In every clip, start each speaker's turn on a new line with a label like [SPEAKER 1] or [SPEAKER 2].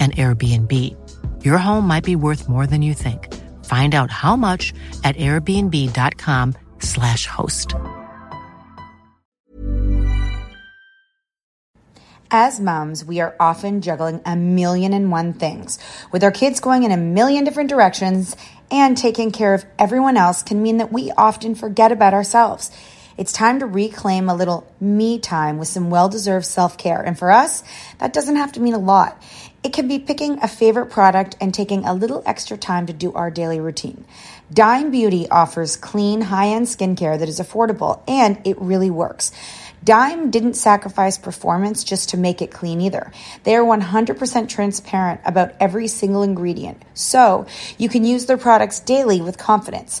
[SPEAKER 1] an Airbnb. Your home might be worth more than you think. Find out how much at airbnb.com/slash host.
[SPEAKER 2] As moms, we are often juggling a million and one things. With our kids going in a million different directions and taking care of everyone else can mean that we often forget about ourselves. It's time to reclaim a little me time with some well deserved self care. And for us, that doesn't have to mean a lot. It can be picking a favorite product and taking a little extra time to do our daily routine. Dime Beauty offers clean, high end skincare that is affordable and it really works. Dime didn't sacrifice performance just to make it clean either. They are 100% transparent about every single ingredient, so you can use their products daily with confidence.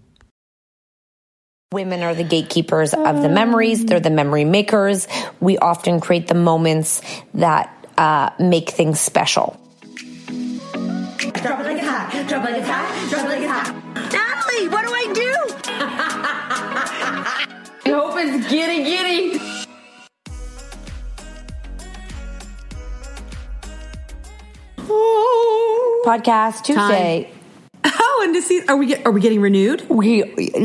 [SPEAKER 3] Women are the gatekeepers of the memories. They're the memory makers. We often create the moments that uh, make things special.
[SPEAKER 4] Drop it like it's hot. Drop it like it's hot. Drop it like it's hot. Natalie, what do I do? I hope it's giddy giddy.
[SPEAKER 3] Podcast Tuesday.
[SPEAKER 5] Oh, and to see, are we get, are we getting renewed?
[SPEAKER 3] We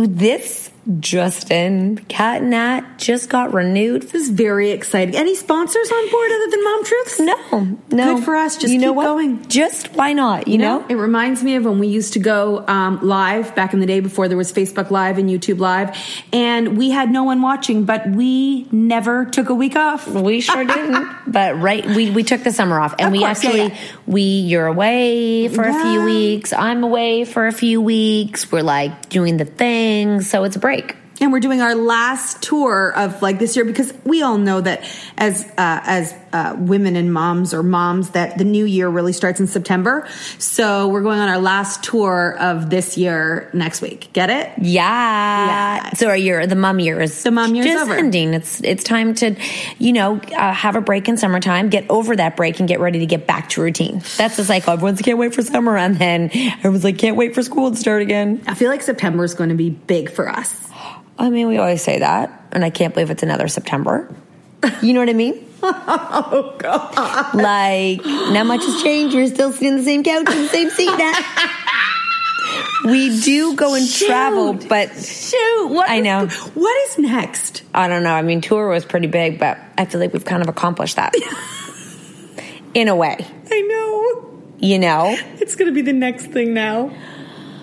[SPEAKER 3] this Justin, Cat and Nat just got renewed.
[SPEAKER 6] This is very exciting. Any sponsors on board other than Mom Truths?
[SPEAKER 3] No, no.
[SPEAKER 6] Good for us. Just
[SPEAKER 3] you know
[SPEAKER 6] keep
[SPEAKER 3] what?
[SPEAKER 6] going.
[SPEAKER 3] Just why not? You, know?
[SPEAKER 6] It reminds me of when we used to go um, live back in the day before there was Facebook Live and YouTube Live, and we had no one watching, but we never took a week off.
[SPEAKER 3] We sure didn't. But right, we, we took the summer off, and
[SPEAKER 6] Of
[SPEAKER 3] we
[SPEAKER 6] course, yeah,
[SPEAKER 3] actually
[SPEAKER 6] yeah.
[SPEAKER 3] we you're away for a few
[SPEAKER 6] Yeah.
[SPEAKER 3] weeks. I'm away for a few weeks. We're like doing the thing, so it's a break.
[SPEAKER 6] and we're doing our last tour of like this year because we all know that as uh, as uh, women and moms or moms that the new year really starts in September. So we're going on our last tour of this year next week. Get it?
[SPEAKER 3] Yeah.
[SPEAKER 6] Yeah.
[SPEAKER 3] So our year, the mom year is
[SPEAKER 6] The mom year is
[SPEAKER 3] just
[SPEAKER 6] over.
[SPEAKER 3] ending. It's it's time to, you know, uh, have a break in summertime, get over that break, and get ready to get back to routine. That's the cycle. Everyone's can't wait for summer, and then everyone's like can't wait for school to start again.
[SPEAKER 6] I feel like September is going to be big for us.
[SPEAKER 3] I mean, we always say that, and I can't believe it's another September. You know what I mean?
[SPEAKER 6] Oh god.
[SPEAKER 3] Like, not much has changed. We're still sitting on the same couch in the same seat. Now. We do go and travel,
[SPEAKER 6] Shoot.
[SPEAKER 3] but
[SPEAKER 6] Shoot, what
[SPEAKER 3] I
[SPEAKER 6] is-
[SPEAKER 3] know.
[SPEAKER 6] what is next?
[SPEAKER 3] I don't know. I mean, tour was pretty big, but I feel like we've kind of accomplished that in a way.
[SPEAKER 6] I know.
[SPEAKER 3] You know?
[SPEAKER 6] It's going to be the next thing now.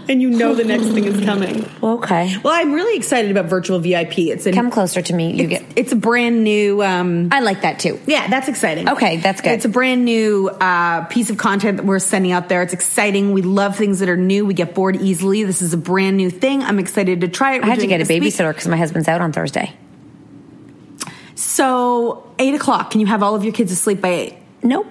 [SPEAKER 6] And you know the next thing is coming.
[SPEAKER 3] Okay.
[SPEAKER 6] Well, I'm really excited about virtual VIP. It's in
[SPEAKER 3] Come closer to me. You
[SPEAKER 6] it's,
[SPEAKER 3] get.
[SPEAKER 6] it's a brand new um
[SPEAKER 3] I like that too.
[SPEAKER 6] yeah, that's exciting.
[SPEAKER 3] Okay, that's good.
[SPEAKER 6] It's a brand new uh, piece of content that we're sending out there. It's exciting. We love things that are new. We get bored easily. This is a brand new thing. I'm excited to try it.
[SPEAKER 3] I
[SPEAKER 6] We're
[SPEAKER 3] had to
[SPEAKER 6] doing
[SPEAKER 3] get a
[SPEAKER 6] it this
[SPEAKER 3] babysitter
[SPEAKER 6] week.
[SPEAKER 3] because my husband's out on Thursday.
[SPEAKER 6] So eight o'clock. Can you have all of your kids asleep by eight?
[SPEAKER 3] Nope.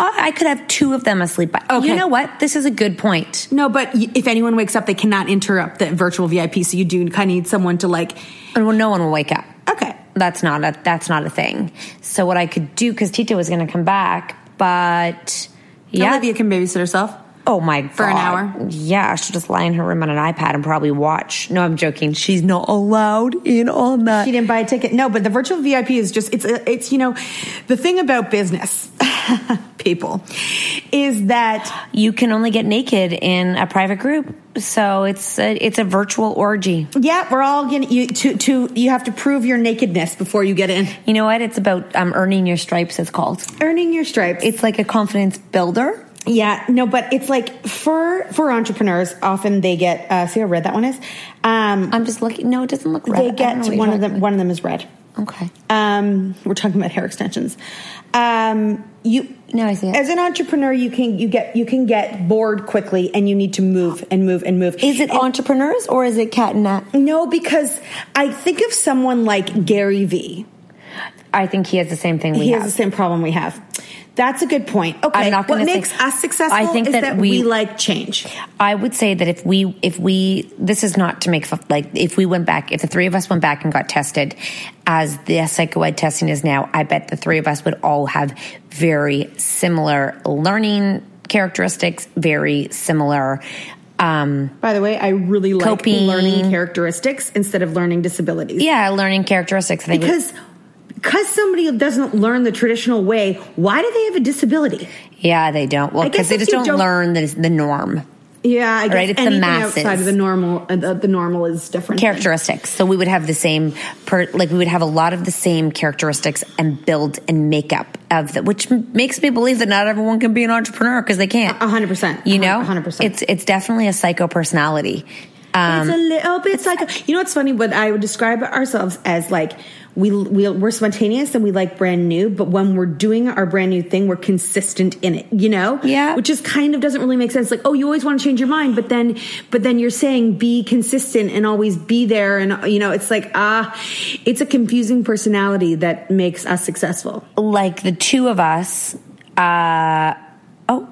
[SPEAKER 3] Oh, I could have two of them asleep. By.
[SPEAKER 6] Okay.
[SPEAKER 3] You know what? This is a good point.
[SPEAKER 6] No, but y- if anyone wakes up, they cannot interrupt the virtual VIP. So you do kind of need someone to like.
[SPEAKER 3] And well, no one will wake up.
[SPEAKER 6] Okay.
[SPEAKER 3] That's not a that's not a thing. So what I could do because Tito was going to come back, but yeah,
[SPEAKER 6] Olivia can babysit herself.
[SPEAKER 3] Oh my god.
[SPEAKER 6] For an hour?
[SPEAKER 3] Yeah, she'll just lie in her room on an iPad and probably watch. No, I'm joking. She's not allowed in on that.
[SPEAKER 6] She didn't buy a ticket. No, but the virtual VIP is just it's a- it's you know, the thing about business people is that
[SPEAKER 3] you can only get naked in a private group. So it's a, it's a virtual orgy.
[SPEAKER 6] yeah, we're all gonna you to to you have to prove your nakedness before you get in.
[SPEAKER 3] You know what? It's about um, earning your stripes it's called.
[SPEAKER 6] Earning your stripes.
[SPEAKER 3] It's like a confidence builder.
[SPEAKER 6] Yeah, no, but it's like for for entrepreneurs, often they get uh see how red that one is. Um
[SPEAKER 3] I'm just looking. No, it doesn't look right.
[SPEAKER 6] they get one of them one of them is red.
[SPEAKER 3] Okay.
[SPEAKER 6] Um we're talking about hair extensions. Um you
[SPEAKER 3] No, I see it.
[SPEAKER 6] As an entrepreneur, you can you get you can get bored quickly, and you need to move and move and move.
[SPEAKER 3] Is it
[SPEAKER 6] And-
[SPEAKER 3] entrepreneurs or is it cat and nat?
[SPEAKER 6] No, because I think of someone like Gary Vee.
[SPEAKER 3] I think he has the same thing we
[SPEAKER 6] He
[SPEAKER 3] have.
[SPEAKER 6] has the same problem we have. That's a good point. Okay,
[SPEAKER 3] not
[SPEAKER 6] what
[SPEAKER 3] gonna say-
[SPEAKER 6] makes us successful
[SPEAKER 3] I think
[SPEAKER 6] is that,
[SPEAKER 3] that
[SPEAKER 6] we,
[SPEAKER 3] we-
[SPEAKER 6] like change.
[SPEAKER 3] I would say that if we if we this is not to make fun, like if we went back if the three of us went back and got tested as the psychoed testing is now, I bet the three of us would all have very similar learning characteristics, very similar. Um,
[SPEAKER 6] By the way, I really like
[SPEAKER 3] Coping.
[SPEAKER 6] learning characteristics instead of learning disabilities.
[SPEAKER 3] yeah, learning characteristics. I think
[SPEAKER 6] because because somebody doesn't learn the traditional way, why do they have a disability?
[SPEAKER 3] yeah, they don't. Well,
[SPEAKER 6] I
[SPEAKER 3] because
[SPEAKER 6] guess
[SPEAKER 3] they
[SPEAKER 6] if
[SPEAKER 3] just
[SPEAKER 6] you
[SPEAKER 3] don't,
[SPEAKER 6] don't-
[SPEAKER 3] learn the, the norm
[SPEAKER 6] Yeah, I guess
[SPEAKER 3] Right, it's the
[SPEAKER 6] anything
[SPEAKER 3] masses.
[SPEAKER 6] outside of the normal, uh, the, the normal is different. than-
[SPEAKER 3] characteristics. So we would have the same per, like we would have a lot of the same characteristics and build and makeup of that, which m- makes me believe that not everyone can be an entrepreneur because they can't.
[SPEAKER 6] A hundred percent.
[SPEAKER 3] You know,
[SPEAKER 6] A hundred percent.
[SPEAKER 3] It's it's definitely a psycho personality.
[SPEAKER 6] it's a little bit like you know what's funny what i would describe ourselves as like we, we we're spontaneous and we like brand new but when we're doing our brand new thing we're consistent in it you know
[SPEAKER 3] Yeah.
[SPEAKER 6] which is kind of doesn't really make sense like oh you always want to change your mind but then but then you're saying be consistent and always be there and you know it's like ah it's a confusing personality that makes us successful
[SPEAKER 3] Like the two of us. uh Oh,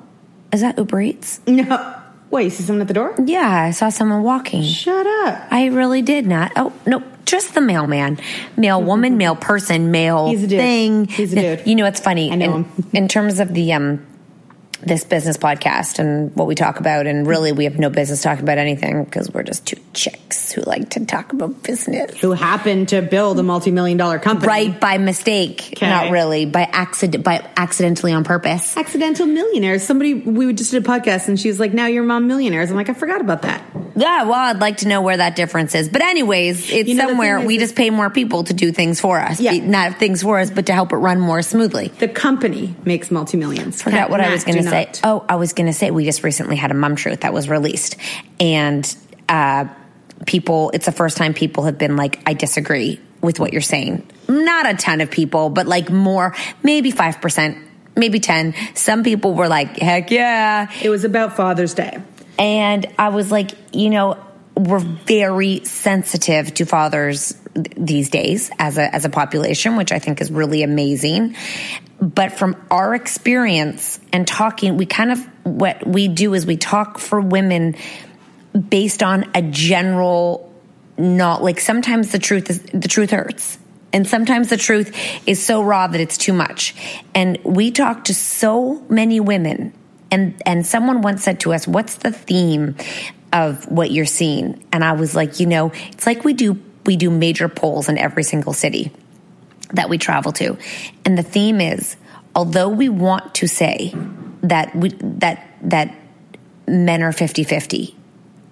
[SPEAKER 3] is that Uber Eats?
[SPEAKER 6] no wait you see someone at the door
[SPEAKER 3] Yeah, I saw someone walking.
[SPEAKER 6] shut up
[SPEAKER 3] I really did not. Oh no, just the mailman, male woman, male person, male
[SPEAKER 6] He's a dude.
[SPEAKER 3] thing.
[SPEAKER 6] He's a dude.
[SPEAKER 3] You know, it's funny.
[SPEAKER 6] I know
[SPEAKER 3] in,
[SPEAKER 6] him.
[SPEAKER 3] in terms of the um, this business podcast and what we talk about, and really, we have no business talking about anything because we're just two chicks who like to talk about business.
[SPEAKER 6] who happened to build a multi-million dollar company
[SPEAKER 3] Right by mistake,
[SPEAKER 6] Okay.
[SPEAKER 3] not really by accident, by accidentally on purpose.
[SPEAKER 6] accidental millionaires. Somebody we just did a podcast and she was like, "Now you're mom millionaires." I'm like, I forgot about that.
[SPEAKER 3] Yeah, well, I'd like to know where that difference is. But anyways, it's
[SPEAKER 5] You know, the
[SPEAKER 3] somewhere
[SPEAKER 5] thing is
[SPEAKER 3] we
[SPEAKER 5] that-
[SPEAKER 3] just pay more people to do things for us.
[SPEAKER 5] Yeah.
[SPEAKER 3] Not things for us, but to help it run more smoothly.
[SPEAKER 5] The company makes multi-millions.
[SPEAKER 3] Forgot what I was going to
[SPEAKER 5] do
[SPEAKER 3] say.
[SPEAKER 5] not.
[SPEAKER 3] Oh, I was going to say we just recently had a mum truth that was released, and uh, people. It's the first time people have been like, "I disagree with what you're saying." Not a ton of people, but like more, maybe five percent, maybe ten. Some people were like, "Heck yeah!"
[SPEAKER 5] It was about Father's Day.
[SPEAKER 3] And I was like, you know, we're very sensitive to fathers th- these days as a as a population, which I think is really amazing. But from our experience and talking, we kind of what we do is we talk for women based on a general not like sometimes the truth is the truth hurts and sometimes the truth is so raw that it's too much and we talk to so many women and and someone once said to us what's the theme of what you're seeing and i was like you know it's like we do we do major polls in every single city that we travel to. And the theme is although we want to say that we, that that men are 50-50,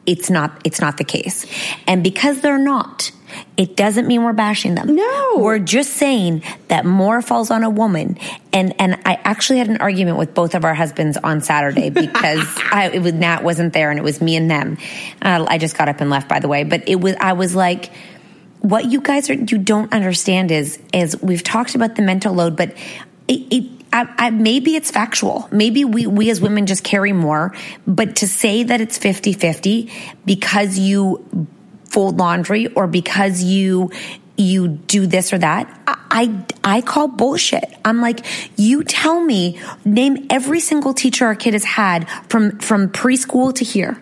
[SPEAKER 3] it's not it's not the case. And because they're not, it doesn't mean we're bashing them.
[SPEAKER 5] No.
[SPEAKER 3] We're just saying that more falls on a woman. And and I actually had an argument with both of our husbands on Saturday because I it was Nat wasn't there and it was me and them. Uh, I just got up and left by the way, but it was I was like what you guys are you don't understand is is we've talked about the mental load, but it. it I, I, maybe it's factual. Maybe we, we as women just carry more, but to say that it's 50 50 because you fold laundry or because you you do this or that I, I I call bullshit i'm like you tell me name every single teacher our kid has had from from preschool to here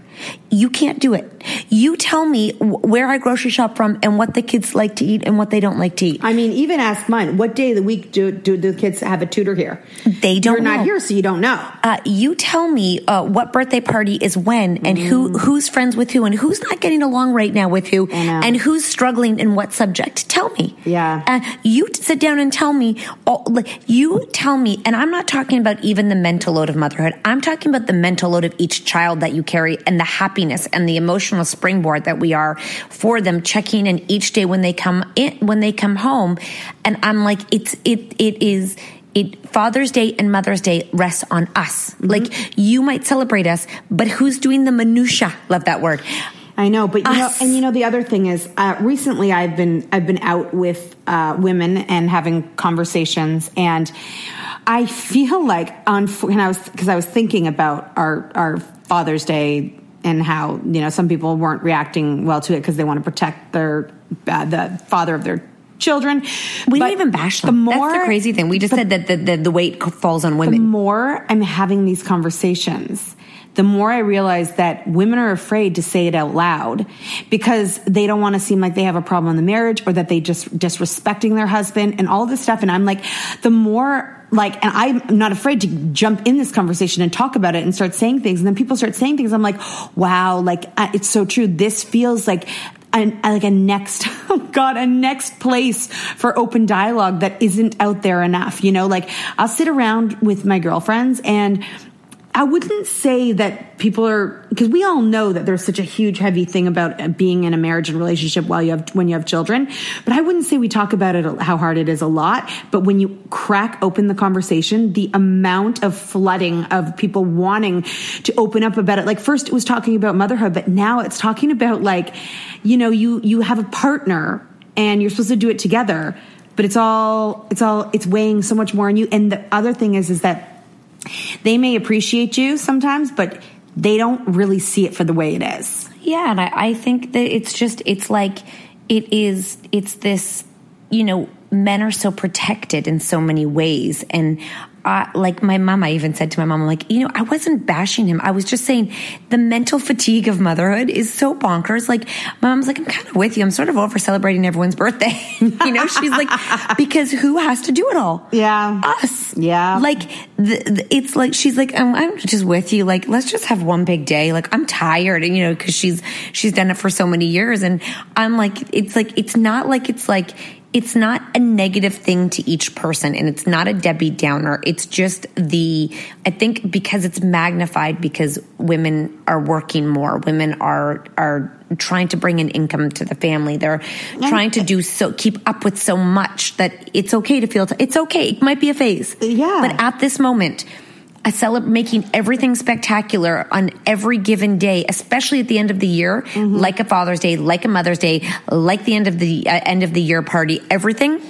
[SPEAKER 3] you can't do it you tell me wh- where i grocery shop from and what the kids like to eat and what they don't like to eat
[SPEAKER 5] I mean, even ask mine. What day of the week do do the kids have a tutor here?
[SPEAKER 3] they don't
[SPEAKER 5] You're
[SPEAKER 3] know.
[SPEAKER 5] not here, so you don't know.
[SPEAKER 3] uh, you tell me uh, what birthday party is when and
[SPEAKER 5] Mm.
[SPEAKER 3] who who's friends with who and who's not getting along right now with who and who's struggling in what subject tell me
[SPEAKER 5] Yeah.
[SPEAKER 3] uh, you t- sit down and tell me all, like, you tell me and i'm not talking about even the mental load of motherhood i'm talking about the mental load of each child that you carry and the happiness and the emotional springboard that we are for them checking in each day when they come in when they come home and i'm like it's it it is it Father's Day and Mother's Day rests on us.
[SPEAKER 5] Mm-hmm.
[SPEAKER 3] Like you might celebrate us, but who's doing the minutia? Love that word.
[SPEAKER 5] I know, but you know,
[SPEAKER 3] Us.
[SPEAKER 5] and you know, the other thing is, uh, recently I've been I've been out with uh, women and having conversations, and I feel like on and I was because I was thinking about our our Father's Day and how you know some people weren't reacting well to it because they want to protect their uh, the father of their children.
[SPEAKER 3] We
[SPEAKER 5] But
[SPEAKER 3] don't even bash them.
[SPEAKER 5] The more
[SPEAKER 3] That's the crazy thing. We just said that the, the, the weight falls on women.
[SPEAKER 5] the more I'm having these conversations, the more I realize that women are afraid to say it out loud because they don't want to seem like they have a problem in the marriage or that they just disrespecting their husband and all this stuff. And I'm like, the more like, and I'm not afraid to jump in this conversation and talk about it and start saying things. And then people start saying things. I'm like, wow, like uh, it's so true. This feels like an, like a next oh god a next place for open dialogue that isn't out there enough you know like i'll sit around with my girlfriends and i wouldn't say that people are because we all know that there's such a huge heavy thing about uh, being in a marriage and relationship while you have when you have children but i wouldn't say we talk about it how hard it is a lot but when you crack open the conversation the amount of flooding of people wanting to open up about it like first it was talking about motherhood but now it's talking about like you know you you have a partner and you're supposed to do it together but it's all it's all it's weighing so much more on you and the other thing is is that they may appreciate you sometimes but they don't really see it for the way it is
[SPEAKER 3] Yeah, and I, I think that it's just it's like it is it's this you know men are so protected in so many ways and I, like my mom i even said to my mom I'm like you know i wasn't bashing him i was just saying the mental fatigue of motherhood is so bonkers like my mom's like i'm kind of with you i'm sort of over celebrating everyone's birthday you know she's like because who has to do it all
[SPEAKER 5] Yeah.
[SPEAKER 3] us
[SPEAKER 5] Yeah.
[SPEAKER 3] like like the, the, it's like she's like I'm, I'm just with you like let's just have one big day like i'm tired and you know because she's she's done it for so many years and i'm like it's like it's not like it's like it's not a negative thing to each person and it's not a Debbie Downer. It's just the, I think because it's magnified because women are working more, women are, are, trying to bring an income to the family they're trying to do so keep up with so much that it's okay to feel t- it's okay it might be a phase
[SPEAKER 5] Yeah.
[SPEAKER 3] but at this moment a celeb making everything spectacular on every given day, especially at the end of the year, like a Father's Day, like a Mother's Day, like the end of the uh, end of the year party, everything.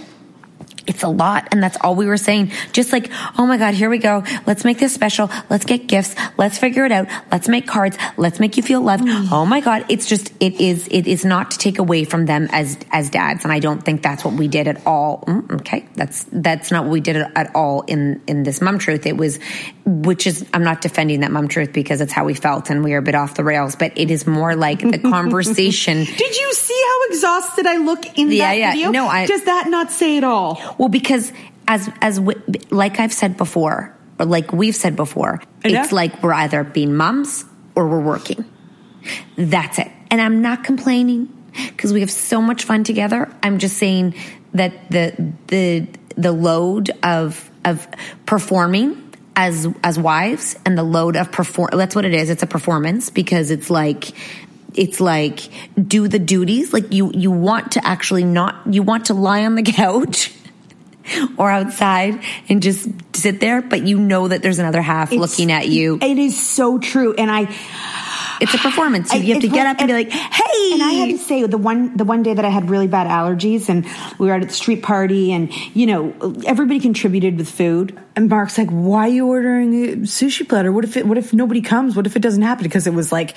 [SPEAKER 3] It's a lot, and that's all we were saying. Just like, oh my God, here we go. Let's make this special. Let's get gifts. Let's figure it out. Let's make cards. Let's make you feel loved. Oh my God, it's just it is it is not to take away from them as as dads, and I don't think that's what we did at all. Mm, okay, that's that's not what we did at at all in in this mum truth. It was, which is I'm not defending that mum truth because it's how we felt, and we are a bit off the rails. But it is more like the conversation.
[SPEAKER 5] Did you see how exhausted I look in
[SPEAKER 3] Yeah,
[SPEAKER 5] that
[SPEAKER 3] yeah.
[SPEAKER 5] video?
[SPEAKER 3] No, I-
[SPEAKER 5] Does that not say it all?
[SPEAKER 3] Well, because as as w- like I've said before, or like we've said before,
[SPEAKER 5] Yeah.
[SPEAKER 3] it's like we're either being moms or we're working. That's it. And I'm not complaining because we have so much fun together. I'm just saying that the the the load of of performing as as wives and the load of perform that's what it is. It's a performance because it's like it's like do the duties like you you want to actually not you want to lie on the couch or outside and just sit there but you know that there's another half looking at you
[SPEAKER 5] It is so true, and I
[SPEAKER 3] it's a performance. You
[SPEAKER 5] I-
[SPEAKER 3] have to
[SPEAKER 5] it's
[SPEAKER 3] get
[SPEAKER 5] one-
[SPEAKER 3] up and be like, "Hey!"
[SPEAKER 5] And I had to say the one the one day that I had really bad allergies, and we were at a street party, and you know everybody contributed with food. And Mark's like, "Why are you ordering a sushi platter? What if it, what if nobody comes? What if it doesn't happen?" Because it was like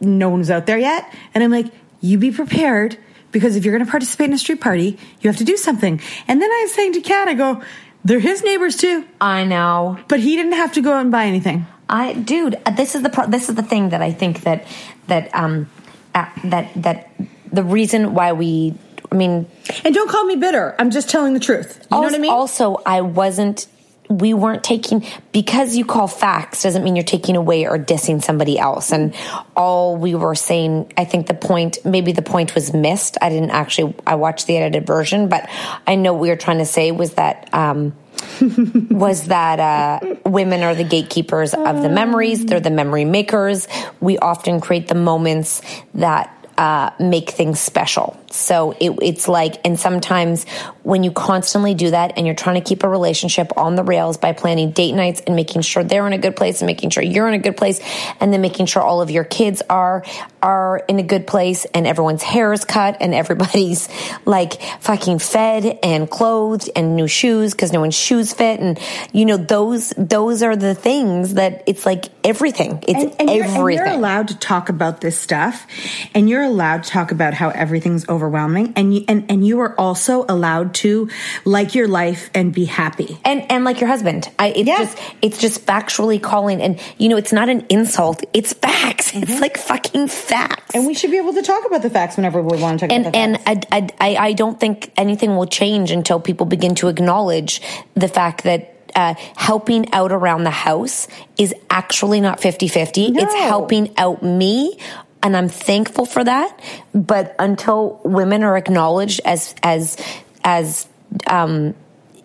[SPEAKER 5] no one was out there yet, and I'm like, "You be prepared." Because if you're going to participate in a street party, you have to do something. And then I was saying to Kat, I go, they're his neighbors too,
[SPEAKER 3] I know.
[SPEAKER 5] but he didn't have to go out and buy anything.
[SPEAKER 3] I, dude, uh, this is the pro- this is the thing that I think that that um uh, that that the reason why we, I mean,
[SPEAKER 5] And don't call me bitter. I'm just telling the truth. You know
[SPEAKER 3] also,
[SPEAKER 5] what I mean?
[SPEAKER 3] also I wasn't. We weren't taking because you call facts doesn't mean you're taking away or dissing somebody else. And all we were saying, I think the point, maybe the point was missed. I didn't actually. I watched the edited version, but I know what we were trying to say was that. Um, was that uh, women are the gatekeepers of the memories. They're the memory makers. We often create the moments that uh, make things special. So it, it's like, and sometimes when you constantly do that and you're trying to keep a relationship on the rails by planning date nights and making sure they're in a good place and making sure you're in a good place and then making sure all of your kids are are in a good place and everyone's hair is cut and everybody's like fucking fed and clothed and new shoes because no one's shoes fit and you know those those are the things that it's like everything it's
[SPEAKER 5] you're-
[SPEAKER 3] everything
[SPEAKER 5] You're, allowed to talk about this stuff, and you're allowed to talk about how everything's overwhelming, and you, and and you are also allowed to like your life and be happy.
[SPEAKER 3] and and like your husband I, it's
[SPEAKER 5] Yeah.
[SPEAKER 3] just it's just factually calling and you know it's not an insult it's facts it's like fucking facts
[SPEAKER 5] Mm-hmm. And we should be able to talk about the facts whenever we want to talk
[SPEAKER 3] and
[SPEAKER 5] about the
[SPEAKER 3] and
[SPEAKER 5] facts.
[SPEAKER 3] I, I I I don't think anything will change until people begin to acknowledge the fact that. Uh, helping out around the house is actually not 50-50 it's
[SPEAKER 5] No.
[SPEAKER 3] helping out me and i'm thankful for that but until women are acknowledged as as as um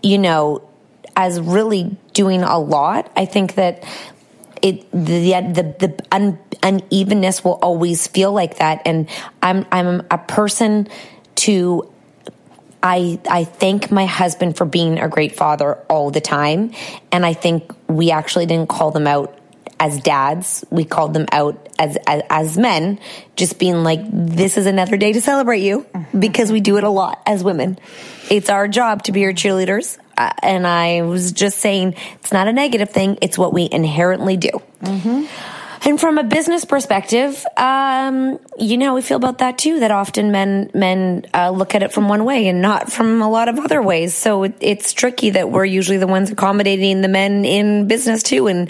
[SPEAKER 3] you know as really doing a lot i think that it the the the un, unevenness will always feel like that and i'm i'm a person to I, I thank my husband for being a great father all the time. And I think we actually didn't call them out as dads. We called them out as, as, as men, just being like, this is another day to celebrate you because we do it a lot as women. It's our job to be your cheerleaders. Uh, and I was just saying, it's not a negative thing. It's what we inherently do. And from a business perspective, um, you know, we feel about that too. That often men men uh, look at it from one way and not from a lot of other ways. So it, it's tricky that we're usually the ones accommodating the men in business too, and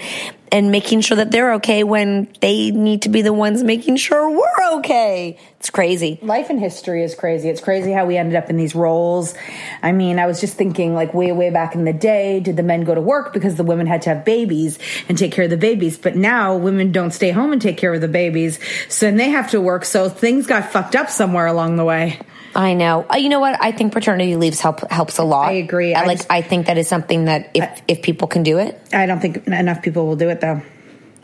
[SPEAKER 3] and making sure that they're okay when they need to be the ones making sure we're okay. It's crazy.
[SPEAKER 5] Life and history is crazy. It's crazy how we ended up in these roles. I mean, I was just thinking, like, way, way back in the day, did the men go to work because the women had to have babies and take care of the babies? But now women don't stay home and take care of the babies, so then they have to work. So things got fucked up somewhere along the way.
[SPEAKER 3] I know. Uh, You know what? I think paternity leaves help helps a lot.
[SPEAKER 2] I agree.
[SPEAKER 3] I,
[SPEAKER 2] I
[SPEAKER 3] like.
[SPEAKER 2] just-
[SPEAKER 3] I think that is something that if if people can do it,
[SPEAKER 2] I don't think enough people will do it though.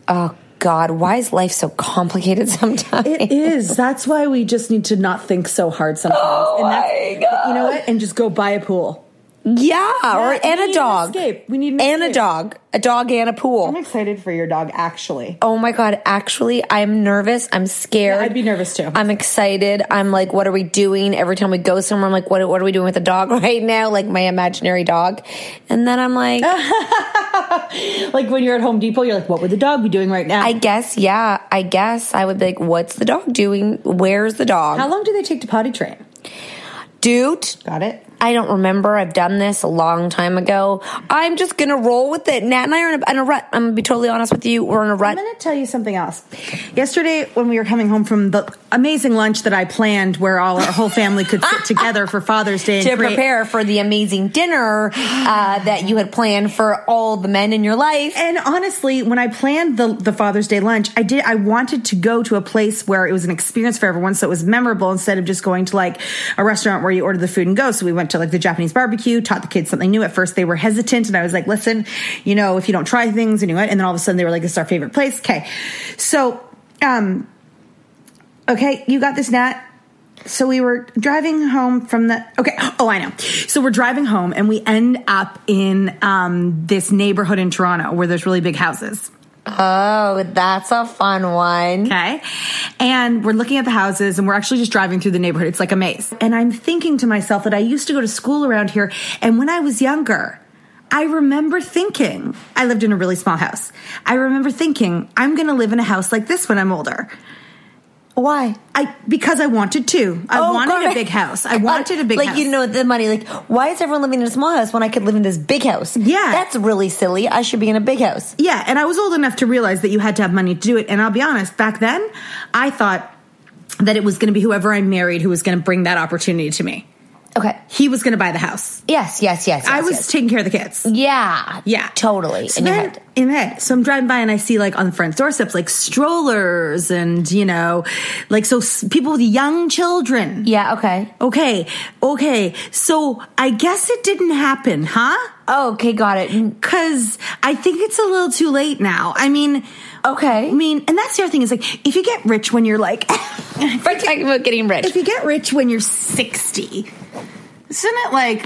[SPEAKER 3] oh God, why is life so complicated sometimes?
[SPEAKER 2] It is. That's why we just need to not think so hard sometimes.
[SPEAKER 3] Oh
[SPEAKER 2] and that's,
[SPEAKER 3] my
[SPEAKER 2] but You know what? And just go buy a pool.
[SPEAKER 3] yeah,
[SPEAKER 2] we
[SPEAKER 3] or and
[SPEAKER 2] need an
[SPEAKER 3] a dog.
[SPEAKER 2] escape. We need an
[SPEAKER 3] and a
[SPEAKER 2] escape.
[SPEAKER 3] dog, a dog and a
[SPEAKER 2] I'm
[SPEAKER 3] pool.
[SPEAKER 2] excited for your dog, actually.
[SPEAKER 3] Oh my God! Actually, I'm nervous. I'm scared.
[SPEAKER 2] Yeah, I'd be nervous too.
[SPEAKER 3] I'm excited. I'm like, what are we doing? Every time we go somewhere, I'm like, what, what are we doing with the dog right now? Like my imaginary dog. And then I'm like,
[SPEAKER 2] Like when you're at Home Depot, you're like, what would the dog be doing right now?
[SPEAKER 3] I guess, yeah, I guess I would be like, what's the dog doing? Where's the dog?
[SPEAKER 2] How long do they take to potty train?
[SPEAKER 3] Dude,
[SPEAKER 2] Got it?
[SPEAKER 3] I don't remember. I've done this a long time ago. I'm just gonna roll with it. Nat and I are in a, in a rut. I'm gonna be totally honest with you. We're in a
[SPEAKER 2] I'm
[SPEAKER 3] rut.
[SPEAKER 2] going to tell you something else. Yesterday, when we were coming home from the amazing lunch that I planned, where all our whole family could sit together for Father's Day and
[SPEAKER 3] To
[SPEAKER 2] create-
[SPEAKER 3] prepare for the amazing dinner uh, that you had planned for all the men in your life.
[SPEAKER 2] And honestly, when I planned the the Father's Day lunch, I did I wanted to go to a place where it was an experience for everyone, so it was memorable instead of just going to like a restaurant where you order the food and go. So we went to like the Japanese barbecue, taught the kids something new. At first, they were hesitant, and I was like, "Listen, you know, if you don't try things, you know what?" And then all of a sudden, they were like, "This is our favorite place." Okay, so um, okay, you got this, Nat. So we were driving home from the okay. Oh, I know. So we're driving home and we end up in um, this neighborhood in Toronto where there's really big houses.
[SPEAKER 3] Oh, that's a fun one.
[SPEAKER 2] Okay. And we're looking at the houses and we're actually just driving through the neighborhood. It's like a maze. And I'm thinking to myself that I used to go to school around here. And when I was younger, I remember thinking, I lived in a really small house. I remember thinking, I'm going to live in a house like this when I'm older.
[SPEAKER 3] Why?
[SPEAKER 2] I because I wanted to. I
[SPEAKER 3] Oh,
[SPEAKER 2] wanted
[SPEAKER 3] God.
[SPEAKER 2] a big house. I wanted a big
[SPEAKER 3] like
[SPEAKER 2] house.
[SPEAKER 3] you know the money. Like why is everyone living in a small house when I could live in this big house?
[SPEAKER 2] Yeah.
[SPEAKER 3] that's really silly. I should be in a big house.
[SPEAKER 2] Yeah, and I was old enough to realize that you had to have money to do it. And I'll be honest, back then, I thought that it was going to be whoever I married who was going to bring that opportunity to me.
[SPEAKER 3] Okay.
[SPEAKER 2] He was going to buy the house.
[SPEAKER 3] Yes. Yes. Yes.
[SPEAKER 2] I
[SPEAKER 3] yes,
[SPEAKER 2] was
[SPEAKER 3] yes.
[SPEAKER 2] taking care of the kids.
[SPEAKER 3] yeah.
[SPEAKER 2] Yeah,
[SPEAKER 3] Totally.
[SPEAKER 2] So
[SPEAKER 3] in your
[SPEAKER 2] then-
[SPEAKER 3] head.
[SPEAKER 2] in my head. So I'm driving by and I see like on the front doorsteps like strollers and you know, like so s- people with young children.
[SPEAKER 3] Yeah. Okay.
[SPEAKER 2] Okay, okay. So I guess it didn't happen, huh?
[SPEAKER 3] Oh, okay. Got it.
[SPEAKER 2] Cause I think it's a little too late now. I mean,
[SPEAKER 3] Okay.
[SPEAKER 2] I mean, and that's the other thing is like, if you get rich when you're like,
[SPEAKER 3] We're talking about getting rich.
[SPEAKER 2] if you get rich when you're 60, isn't it like,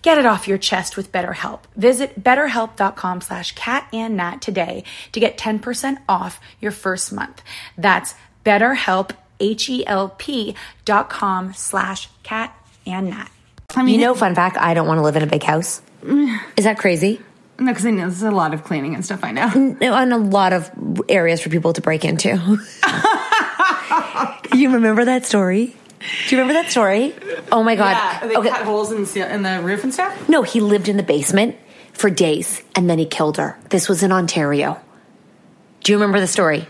[SPEAKER 5] Get it off your chest with BetterHelp. Visit betterhelp.com slash cat and nat today to get 10% off your first month. That's betterhelp, H-E-L-P dot com slash cat and nat.
[SPEAKER 3] I mean, Mm. you know, fun fact, I don't want to live in a big house. Is that crazy?
[SPEAKER 6] No, because I know there's a lot of cleaning and stuff I know.
[SPEAKER 3] On a lot of areas for people to break into. you remember that story? Do you remember that story? Oh my god!
[SPEAKER 6] Yeah, they
[SPEAKER 3] Okay.
[SPEAKER 6] cut holes in the, ceil- in the roof and stuff.
[SPEAKER 3] No, he lived in the basement for days and then he killed her. This was in Ontario. Do you remember the story?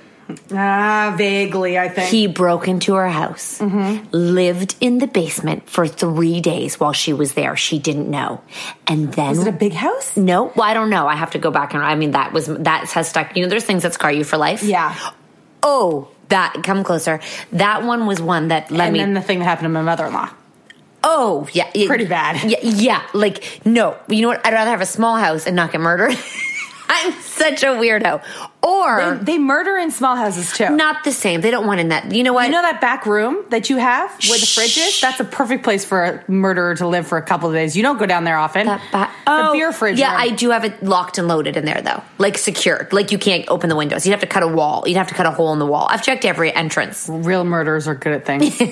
[SPEAKER 6] Ah, vaguely, I think.
[SPEAKER 3] He broke into her house, lived in the basement for three days while she was there. She didn't know. And then.
[SPEAKER 6] was it a big house?
[SPEAKER 3] No, well, I don't know. I have to go back and. I mean, that was. That has stuck. You know, there's things that scar you for life.
[SPEAKER 6] Yeah.
[SPEAKER 3] Oh, that. Come closer. That one was one that let
[SPEAKER 6] and
[SPEAKER 3] me.
[SPEAKER 6] then the thing that happened to my mother-in-law.
[SPEAKER 3] oh, yeah. it-
[SPEAKER 6] Pretty bad.
[SPEAKER 3] Yeah, yeah. Like, no. You know what? I'd rather have a small house and not get murdered. I'm such a weirdo. Or.
[SPEAKER 6] They murder in small houses too.
[SPEAKER 3] not the same. They don't want in that. You know what?
[SPEAKER 6] You know that back room that you have where the fridge is? That's a perfect place for a murderer to live for a couple of days. You don't go down there often.
[SPEAKER 3] That ba-
[SPEAKER 6] the beer fridge.
[SPEAKER 3] Oh, Yeah,
[SPEAKER 6] room.
[SPEAKER 3] I do have it locked and loaded in there though, like secured. Like you can't open the windows. You'd have to cut a wall. You'd have to cut a hole in the wall. I've checked every entrance.
[SPEAKER 6] Real murderers are good at things. do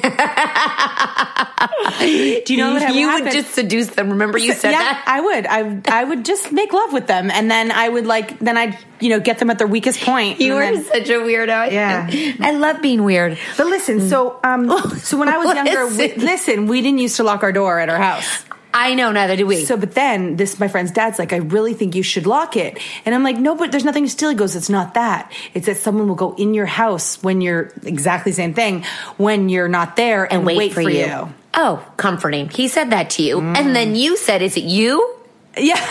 [SPEAKER 6] you know that
[SPEAKER 3] you
[SPEAKER 6] happened?
[SPEAKER 3] would just seduce them. Remember you said
[SPEAKER 6] yeah,
[SPEAKER 3] that.
[SPEAKER 6] I would. I would- I would just make love with them, and then I would like then I'd you know get them at their weakest point.
[SPEAKER 3] you
[SPEAKER 6] and
[SPEAKER 3] are
[SPEAKER 6] then-
[SPEAKER 3] such a weirdo.
[SPEAKER 6] Yeah.
[SPEAKER 3] I love being weird.
[SPEAKER 6] But listen, so um, so when I was younger, we,
[SPEAKER 3] Listen.
[SPEAKER 6] listen, we didn't used to lock our door at our house.
[SPEAKER 3] I know. Neither do we.
[SPEAKER 6] So, but then this, my friend's dad's like, I really think you should lock it. And I'm like, no, but there's nothing to steal. He goes, it's not that. It's that someone will go in your house when you're exactly the same thing when you're not there and, wait, for, you.
[SPEAKER 3] Oh, comforting. He said that to you, and then you said, "Is it you?
[SPEAKER 6] Yeah.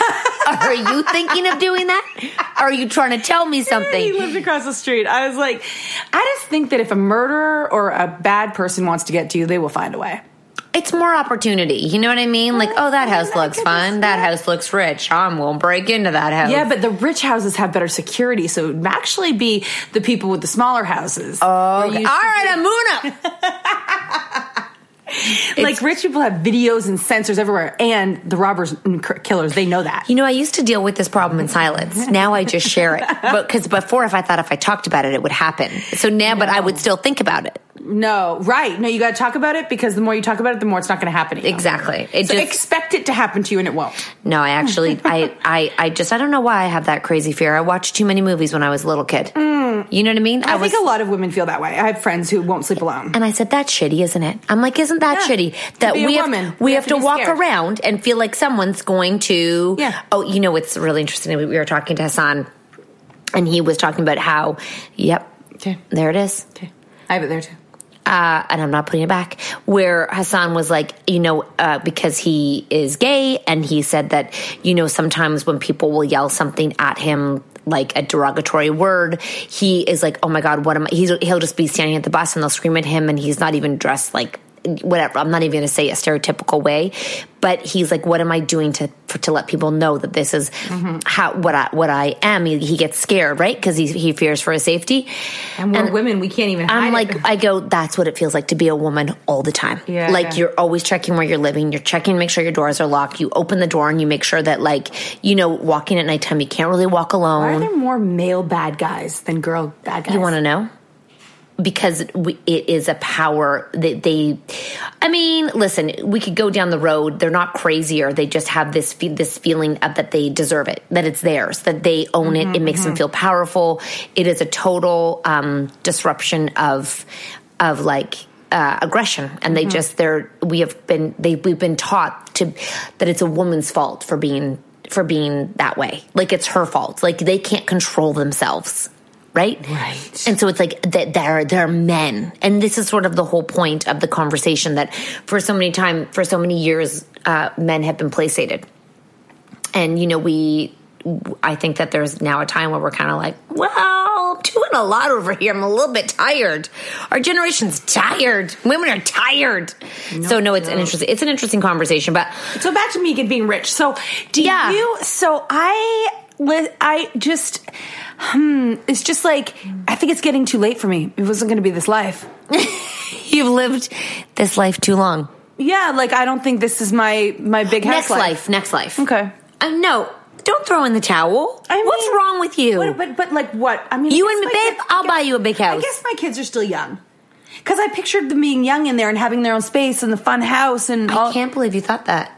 [SPEAKER 3] Are you thinking of doing that? Are you trying to tell me something?"
[SPEAKER 6] He lived across the street. I was like, I just think that if a murderer or a bad person wants to get to you, they will find a way.
[SPEAKER 3] it's more opportunity. You know what I mean? Like, oh, that house looks fun. That house looks rich. I won't break into that house.
[SPEAKER 6] Yeah, but the rich houses have better security, so it would actually be the people with the smaller houses. Oh,
[SPEAKER 3] all right, I'm moving up.
[SPEAKER 6] like rich people have videos and sensors everywhere, and the robbers and cr- killers they know that.
[SPEAKER 3] You know, I used to deal with this problem in silence. Now I just share it. But because before, if I thought if I talked about it, it would happen. So now, but I would still think about it.
[SPEAKER 6] No, right? No, you got to talk about it because the more you talk about it, the more it's not going to happen. to you.
[SPEAKER 3] Exactly. It
[SPEAKER 6] So
[SPEAKER 3] just
[SPEAKER 6] expect it to happen to you, and it won't.
[SPEAKER 3] no. I actually, I, I, I just, I don't know why I have that crazy fear. I watched too many movies when I was a little kid. You know what I mean?
[SPEAKER 6] Mm. I, think a lot of women feel that way. I have friends who won't sleep alone.
[SPEAKER 3] Mm-hmm. And I said, "That's shitty, isn't it?" I'm like, "Isn't that
[SPEAKER 6] Yeah.
[SPEAKER 3] shitty
[SPEAKER 6] To
[SPEAKER 3] that
[SPEAKER 6] be a
[SPEAKER 3] we have,
[SPEAKER 6] woman,
[SPEAKER 3] we
[SPEAKER 6] you
[SPEAKER 3] have
[SPEAKER 6] have
[SPEAKER 3] to,
[SPEAKER 6] to be
[SPEAKER 3] walk
[SPEAKER 6] scared."
[SPEAKER 3] around and feel like someone's going to?"
[SPEAKER 6] Yeah.
[SPEAKER 3] Oh, you know, it's really interesting. We were talking to Hassan, and he was talking about how, yep,
[SPEAKER 6] Okay.
[SPEAKER 3] there it is.
[SPEAKER 6] Okay. I have it there too.
[SPEAKER 3] uh, and I'm not putting it back, where Hassan was like, you know, uh, because he is gay, and he said that, you know, sometimes when people will yell something at him, like a derogatory word, he is like, oh my God, what am I? He's, he'll just be standing at the bus and they'll scream at him, and he's not even dressed like whatever. I'm not even going to say a stereotypical way, but he's like, what am I doing to for, to let people know that this is how what I what I am? He, he gets scared, right? Because he he fears for his safety.
[SPEAKER 6] And we're women, we can't even. Hide
[SPEAKER 3] I'm like,
[SPEAKER 6] it.
[SPEAKER 3] I go, that's what it feels like to be a woman all the time.
[SPEAKER 6] Yeah,
[SPEAKER 3] like
[SPEAKER 6] yeah.
[SPEAKER 3] you're always checking where you're living. You're checking to make sure your doors are locked. You open the door and you make sure that like, you know, walking at nighttime, you can't really walk
[SPEAKER 6] Why are
[SPEAKER 3] alone.
[SPEAKER 6] there more male bad guys than girl bad guys?
[SPEAKER 3] You want to know? Because we, it is a power that they, I mean, listen, we could go down the road. They're not crazier. They just have this fe- this feeling of that they deserve it, that it's theirs, that they own it. It makes them feel powerful. It is a total um, disruption of of like uh, aggression, and they just they're we have been they we've been taught to that it's a woman's fault for being for being that way. Like it's her fault. Like they can't control themselves right? Right. And so it's like that they're they're men, and this is sort of the whole point of the conversation that for so many time for so many years, uh, men have been placated, and you know we. I think that there's now a time where we're kind of like, well, I'm doing a lot over here. I'm a little bit tired. Our generation's tired. Women are tired. so no, it's an interesting. It's an interesting conversation, but
[SPEAKER 6] So back to me get being rich. So do
[SPEAKER 3] Yeah.
[SPEAKER 6] you? So I, li- I just, hmm, it's just like I think it's getting too late for me. It wasn't going to be this life.
[SPEAKER 3] you've lived this life too long.
[SPEAKER 6] Yeah, like I don't think this is my my big
[SPEAKER 3] Next
[SPEAKER 6] house
[SPEAKER 3] life. next life.
[SPEAKER 6] Okay.
[SPEAKER 3] Uh, no, don't throw in the towel.
[SPEAKER 6] I mean,
[SPEAKER 3] What's wrong with you?
[SPEAKER 6] What, but but like what? I mean, I
[SPEAKER 3] You
[SPEAKER 6] guess
[SPEAKER 3] and me,
[SPEAKER 6] my
[SPEAKER 3] babe,
[SPEAKER 6] kids-
[SPEAKER 3] I'll buy you a big house.
[SPEAKER 6] I guess my kids are still young. Because I pictured them being young in there and having their own space and the fun house and
[SPEAKER 3] I
[SPEAKER 6] all.
[SPEAKER 3] can't believe you thought that.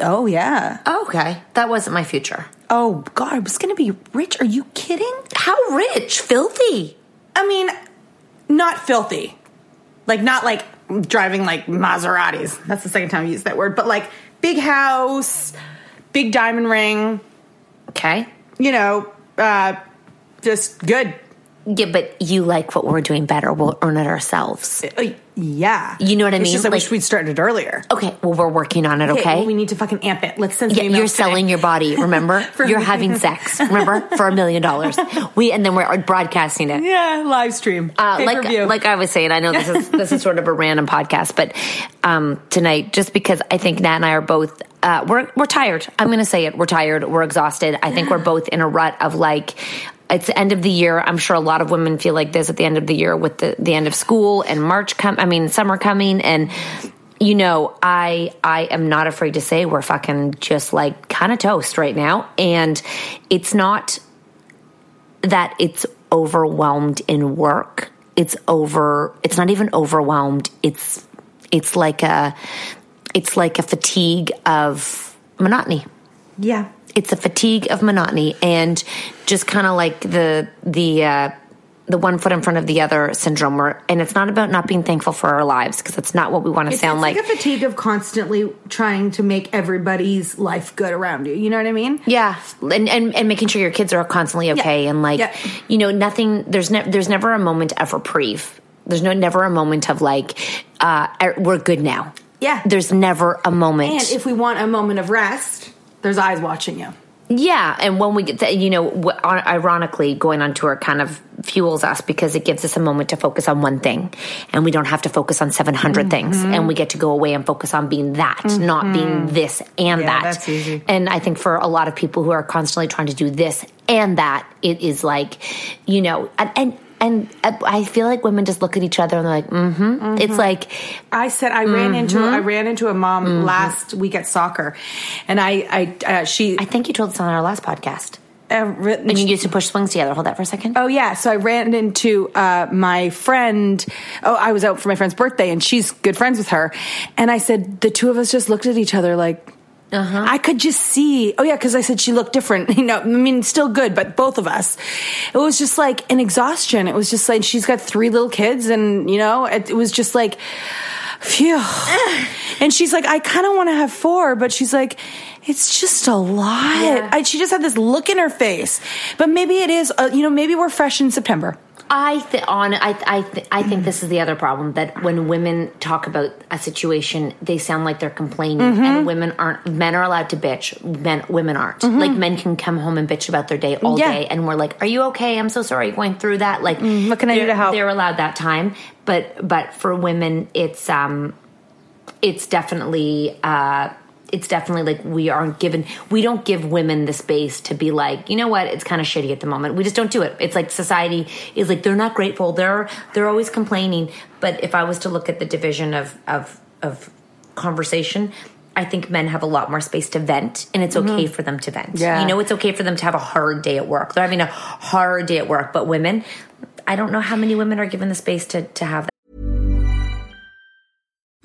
[SPEAKER 6] Oh yeah.
[SPEAKER 3] Okay, that wasn't my future.
[SPEAKER 6] Oh God, I was gonna be rich. Are you kidding?
[SPEAKER 3] How rich, filthy.
[SPEAKER 6] I mean, not filthy. Like not like driving like Maseratis. That's the second time I used that word. But like big house, big diamond ring.
[SPEAKER 3] Okay,
[SPEAKER 6] You know, uh, just good.
[SPEAKER 3] yeah, but you like what we're doing better. We'll earn it ourselves.
[SPEAKER 6] Uh, yeah.
[SPEAKER 3] You know what I
[SPEAKER 6] It's
[SPEAKER 3] mean?
[SPEAKER 6] Just, I wish
[SPEAKER 3] Like-
[SPEAKER 6] we'd started earlier.
[SPEAKER 3] Okay, well, we're working on it. Okay,
[SPEAKER 6] well, we need to fucking amp it. Let's send. some
[SPEAKER 3] yeah,
[SPEAKER 6] emails
[SPEAKER 3] you're
[SPEAKER 6] today.
[SPEAKER 3] selling your body. Remember,
[SPEAKER 6] For-
[SPEAKER 3] you're having sex. Remember, for a million dollars, we and then we're broadcasting it.
[SPEAKER 6] Yeah, live stream.
[SPEAKER 3] Uh, like
[SPEAKER 6] Pay-per-view.
[SPEAKER 3] like I was saying, I know this is this is sort of a random podcast, but um, tonight, just because I think Nat and I are both uh, we're we're tired. I'm going to say it. We're tired. We're exhausted. I think we're both in a rut of like. It's the end of the year. I'm sure a lot of women feel like this at the end of the year with the, the end of school and March come. I mean, summer coming, and you know, I I am not afraid to say we're fucking just like kind of toast right now, and it's not that it's overwhelmed in work. It's over. It's not even overwhelmed. It's it's like a it's like a fatigue of monotony.
[SPEAKER 6] yeah.
[SPEAKER 3] It's a fatigue of monotony and just kind of like the the uh, the one foot in front of the other syndrome. Where, and it's not about not being thankful for our lives because that's not what we want to
[SPEAKER 6] It's,
[SPEAKER 3] sound
[SPEAKER 6] it's like, a fatigue of constantly trying to make everybody's life good around you. You know what I mean?
[SPEAKER 3] Yeah, and, and and making sure your kids are constantly okay, and like
[SPEAKER 6] Yeah.
[SPEAKER 3] you know, nothing. There's ne- there's never a moment of reprieve. There's no never a moment of like uh, er, we're good now.
[SPEAKER 6] Yeah.
[SPEAKER 3] there's never a moment.
[SPEAKER 6] And if we want a moment of rest, there's eyes watching you.
[SPEAKER 3] Yeah, and when we get that, you know, w- on- ironically, going on tour kind of fuels us because it gives us a moment to focus on one thing, and we don't have to focus on seven things,
[SPEAKER 6] Mm-hmm.
[SPEAKER 3] and we get to go away and focus on being that, not being this and that.
[SPEAKER 6] that's easy.
[SPEAKER 3] And I think for a lot of people who are constantly trying to do this and that, it is like, you know, and. and and uh, I feel like women just look at each other and they're like, mm-hmm. It's like,
[SPEAKER 6] I said I ran into I ran into a mom last week at soccer, and I I uh, she
[SPEAKER 3] I think you told us on our last podcast.
[SPEAKER 6] uh, written,
[SPEAKER 3] And you used to push swings together. Hold that for a second.
[SPEAKER 6] Oh yeah, so I ran into uh, my friend. Oh, I was out for my friend's birthday, and she's good friends with her. And I said the two of us just looked at each other like, I could just see. Oh yeah, because I said she looked different. You know, I mean, still good, but both of us. It was just like an exhaustion. It was just like she's got three little kids, and you know, it, it was just like, phew. and she's like, I kind of want to have four, but she's like. It's just a lot. I, she just had this look in her face, but maybe it is. Uh, you know, maybe we're fresh in September.
[SPEAKER 3] I th- on I I th- I think this is the other problem that when women talk about a situation, they sound like they're complaining,
[SPEAKER 6] Mhm.
[SPEAKER 3] and women aren't. Men are allowed to bitch. Men women aren't.
[SPEAKER 6] Mhm.
[SPEAKER 3] Like men can come home and bitch about their day all
[SPEAKER 6] Yeah.
[SPEAKER 3] day, and we're like, "Are you okay? I'm so sorry you're going through that." Like, Mm, what can I do to help? They're allowed that time, but but for women, it's um, it's definitely uh. It's definitely like we aren't given, we don't give women the space to be like, you know what, it's kind of shitty at the moment. We just don't do it. It's like society is like, they're not grateful. They're, they're always complaining. But if I was to look at the division of, of, of conversation, I think men have a lot more space to vent and it's okay
[SPEAKER 6] Mhm.
[SPEAKER 3] for them to vent.
[SPEAKER 6] Yeah.
[SPEAKER 3] You know, it's okay for them to have a hard day at work. They're having a hard day at work. But women, I don't know how many women are given the space to, to have that.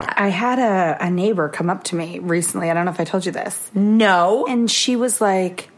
[SPEAKER 6] I had a, a neighbor come up to me recently. I don't know if I told you this.
[SPEAKER 3] No.
[SPEAKER 6] And she was like,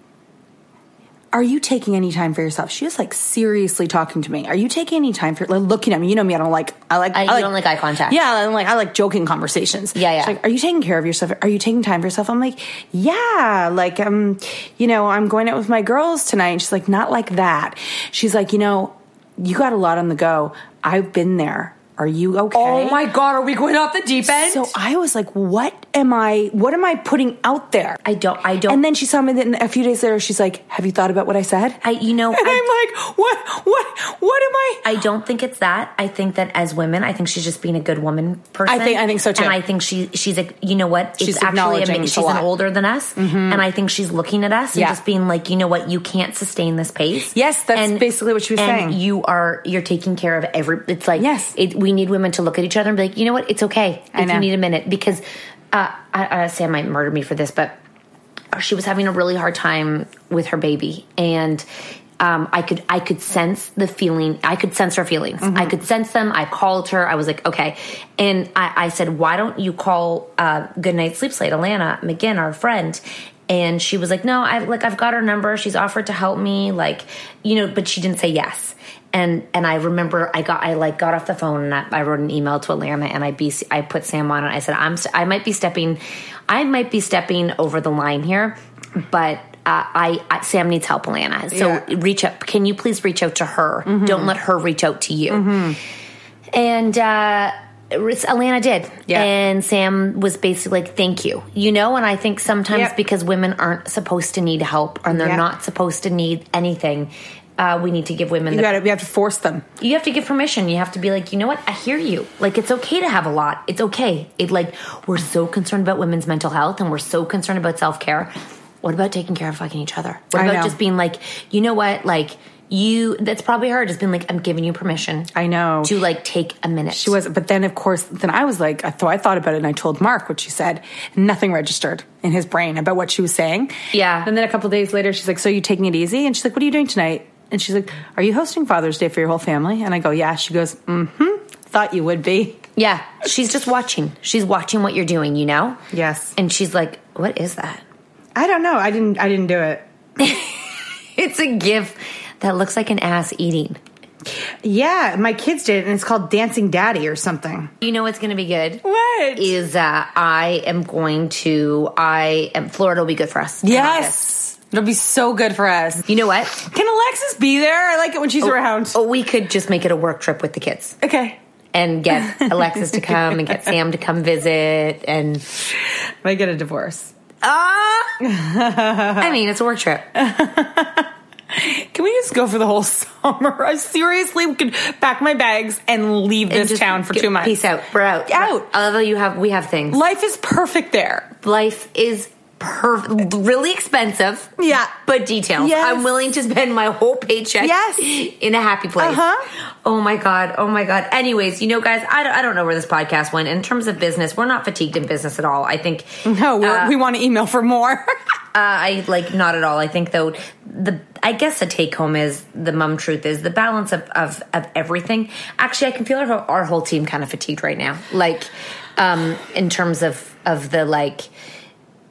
[SPEAKER 6] Are you taking any time for yourself? She was like seriously talking to me. Are you taking any time for like, looking at me? You know me, I don't like I like
[SPEAKER 3] I,
[SPEAKER 6] I,
[SPEAKER 3] you
[SPEAKER 6] like,
[SPEAKER 3] don't like eye contact.
[SPEAKER 6] Yeah, I'm like I like joking conversations. Yeah, yeah. like, are you taking care of yourself? Are you taking time for yourself? I'm like, yeah. Like, um, you know, I'm going out with my girls tonight. And she's like, not like that. She's like, you know, you got a lot on the go. I've been there. Are you okay?
[SPEAKER 3] Oh my God, are we going off the deep end?
[SPEAKER 6] So I was like, what am I? What am I putting out there? I
[SPEAKER 3] don't. I don't.
[SPEAKER 6] And then she saw me. Then a few days later, she's like, "Have you thought about what I said?"
[SPEAKER 3] I, you know,
[SPEAKER 6] and I, am like. what what what am I?
[SPEAKER 3] I don't think it's that. I think that as women, I think she's just being a good woman person.
[SPEAKER 6] I think- I think so, too.
[SPEAKER 3] And I think she she's like you know what
[SPEAKER 6] She's
[SPEAKER 3] it's actually
[SPEAKER 6] acknowledging
[SPEAKER 3] ama-
[SPEAKER 6] it's a
[SPEAKER 3] she's an
[SPEAKER 6] lot. Mm-hmm.
[SPEAKER 3] older than us, and I think she's looking at us
[SPEAKER 6] Yeah.
[SPEAKER 3] and just being like you know what you can't sustain this pace.
[SPEAKER 6] Yes, that's basically what she was
[SPEAKER 3] and
[SPEAKER 6] saying.
[SPEAKER 3] You are you're taking care of every. It's like yes, it, we need women to look at each other and be like you know what it's okay if
[SPEAKER 6] I know.
[SPEAKER 3] you need a minute because uh, I, uh, Sam might murder me for this, but she was having a really hard time with her baby and um, I could I could sense the feeling I could sense her feelings I could sense them I called her I was like okay and I, I said why don't you call uh, Goodnight Sleep Slate Alana McGinn our friend and she was like no I like I've got her number she's offered to help me like you know but she didn't say yes and and I remember I got I like got off the phone and I, I wrote an email to Atlanta and I be I put Sam on and I said I'm st- I might be stepping I might be stepping over the line here, but. Uh, I, I Sam needs help, Alana. So
[SPEAKER 6] Yeah.
[SPEAKER 3] reach up. Can you please reach out to her?
[SPEAKER 6] Mhm.
[SPEAKER 3] Don't let her reach out to you.
[SPEAKER 6] Mm-hmm.
[SPEAKER 3] And uh, it's- Alana did. And Sam was basically like, thank you. You know, and I think sometimes
[SPEAKER 6] Yep.
[SPEAKER 3] because women aren't supposed to need help and they're
[SPEAKER 6] Yeah.
[SPEAKER 3] not supposed to need anything, uh, we need to give women
[SPEAKER 6] You
[SPEAKER 3] the
[SPEAKER 6] got to. We have to force them.
[SPEAKER 3] you have to give permission. You have to be like, you know what? I hear you. Like, it's okay to have a lot. It's okay. It like we're so concerned about women's mental health and we're so concerned about self care. What about taking care of fucking each other? What
[SPEAKER 6] I
[SPEAKER 3] about
[SPEAKER 6] know.
[SPEAKER 3] just being like, you know what? Like, you that's probably her just been like i'm giving you permission
[SPEAKER 6] i know
[SPEAKER 3] to like take a minute
[SPEAKER 6] she was but then of course then i was like so i thought about it and i told mark what she said nothing registered in his brain about what she was saying
[SPEAKER 3] yeah
[SPEAKER 6] and then a couple days later she's like so you taking it easy and she's like what are you doing tonight and she's like are you hosting father's day for your whole family and i go yeah she goes mm-hmm thought you would be
[SPEAKER 3] yeah she's just watching she's watching what you're doing you know
[SPEAKER 6] yes
[SPEAKER 3] and she's like what is that
[SPEAKER 6] i don't know i didn't i didn't do it
[SPEAKER 3] it's a gift that looks like an ass eating.
[SPEAKER 6] Yeah, my kids did, and it's called Dancing Daddy or something.
[SPEAKER 3] You know what's going to be good?
[SPEAKER 6] What
[SPEAKER 3] is? Uh, I am going to. I am. Florida will be good for us.
[SPEAKER 6] Yes, it'll be so good for us.
[SPEAKER 3] You know what?
[SPEAKER 6] Can Alexis be there? I like it when she's
[SPEAKER 3] oh,
[SPEAKER 6] around.
[SPEAKER 3] Oh, we could just make it a work trip with the kids.
[SPEAKER 6] Okay.
[SPEAKER 3] And get Alexis to come and get Sam to come visit and.
[SPEAKER 6] Might get a divorce.
[SPEAKER 3] Ah! Uh, I mean, it's a work trip.
[SPEAKER 6] Can we just go for the whole summer? I seriously could pack my bags and leave and this town for
[SPEAKER 3] get,
[SPEAKER 6] two months.
[SPEAKER 3] Peace out. We're out.
[SPEAKER 6] Out.
[SPEAKER 3] Although you have, we have things.
[SPEAKER 6] Life is perfect there.
[SPEAKER 3] Life is perfect. Really expensive.
[SPEAKER 6] Yeah.
[SPEAKER 3] But details. Yes. I'm willing to spend my whole paycheck.
[SPEAKER 6] Yes.
[SPEAKER 3] In a happy place.
[SPEAKER 6] Uh-huh.
[SPEAKER 3] Oh my god. Oh my god. Anyways, you know, guys, I don't, I don't know where this podcast went in terms of business. We're not fatigued in business at all. I think.
[SPEAKER 6] No, uh, we want to email for more.
[SPEAKER 3] Uh, I like not at all. I think though the I guess the take home is the mum truth is the balance of, of of everything. Actually, I can feel our, our whole team kind of fatigued right now. Like, um, in terms of of the like